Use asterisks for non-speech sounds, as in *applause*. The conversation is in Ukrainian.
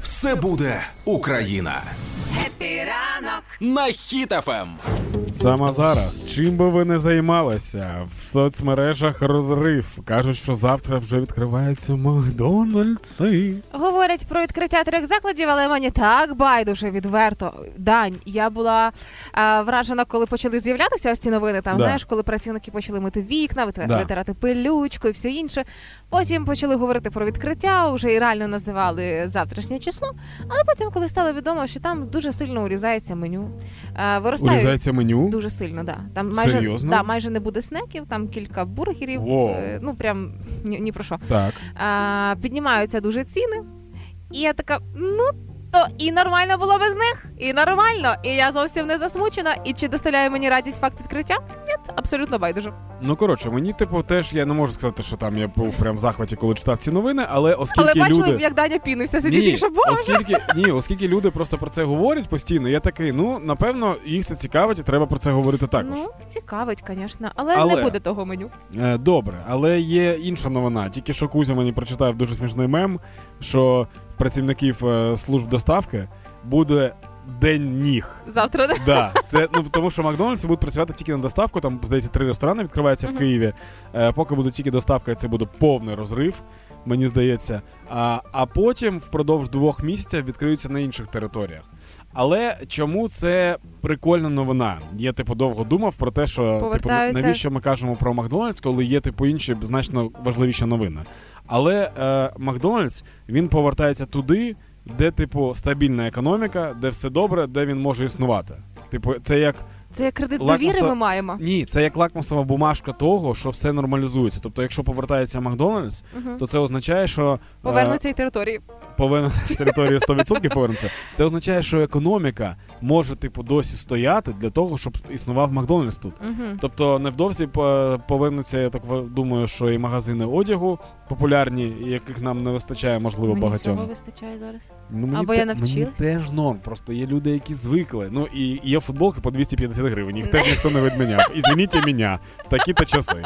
Все буде Україна. Епіранок. На Ем. хітафем. Саме зараз, чим би ви не займалися, в соцмережах розрив. Кажуть, що завтра вже відкриваються Макдональдси. Говорять про відкриття трьох закладів, але мені так байдуже відверто. Дань, я була е, вражена, коли почали з'являтися ось ці новини. Там Да. знаєш, коли працівники почали мити вікна, вит- Да. витирати пилючку і все інше. Потім почали говорити про відкриття, вже і реально називали завтрашнє число. Але потім, коли стало відомо, що там дуже сильно урізається меню, е, виростають Урізається меню. дуже сильно. Да. Там майже Серйозно? Да, майже не буде снеків, там кілька бургерів. Воу. е, ну прям ні, ні про що Так. а, піднімаються дуже ціни. І я така, ну то і нормально було без них, і нормально, і я зовсім не засмучена. І чи доставляє мені радість факт відкриття? Ні, абсолютно байдуже. Ну коротше, мені типу теж я не можу сказати, що там я був прям в захваті, коли читав ці новини, але оскільки Але бачили, люди. як Даня пінився, сидів Ні, тільки що боже. оскільки ні, оскільки люди просто про це говорять постійно, я такий, ну напевно, їх це цікавить, і треба про це говорити також. Ну, цікавить, звісно, але, Але- не буде того меню. Е, Добре, але є інша новина. Тільки що Кузя мені прочитав дуже смішний мем, що в працівників е, служб доставки буде день ніг. Завтра не Да, це ну тому, що Макдональдс будуть працювати тільки на доставку. Там здається, три ресторани відкриваються в Мгм. Києві. Е, поки буде тільки доставка, це буде повний розрив. Мені здається. А, а потім впродовж двох місяців відкриються на інших територіях. Але чому це прикольна новина? Я типу довго думав про те, що типу, Повертаються. навіщо ми кажемо про Макдональдс, коли є типу інші значно важливіші новини. Але е, Макдональдс він повертається туди, де типу стабільна економіка, де все добре, де він може існувати. Типу, це як це як кредит Лакмуса- довіри ми маємо. ні, це як лакмусова бумажка того, що все нормалізується. Тобто, якщо повертається Макдональдс, Мгм. то це означає, що е, Повернуться і території. повинен *laughs* в територію 100% повернеться. Це означає, що економіка може типу досі стояти для того, щоб існував Макдональдс тут. Мгм. Тобто невдовзі по- повернуться, я так в- думаю, що і магазини одягу популярні, яких нам не вистачає, можливо, Мені всього багатьом. вистачає зараз. Ну, мені Або я Мені навчилась. теж норм. Просто є люди, які звикли. Ну і є футболки по 250 гривень. Їх теж ніхто не відміняв. І звініть мене, такі то часи.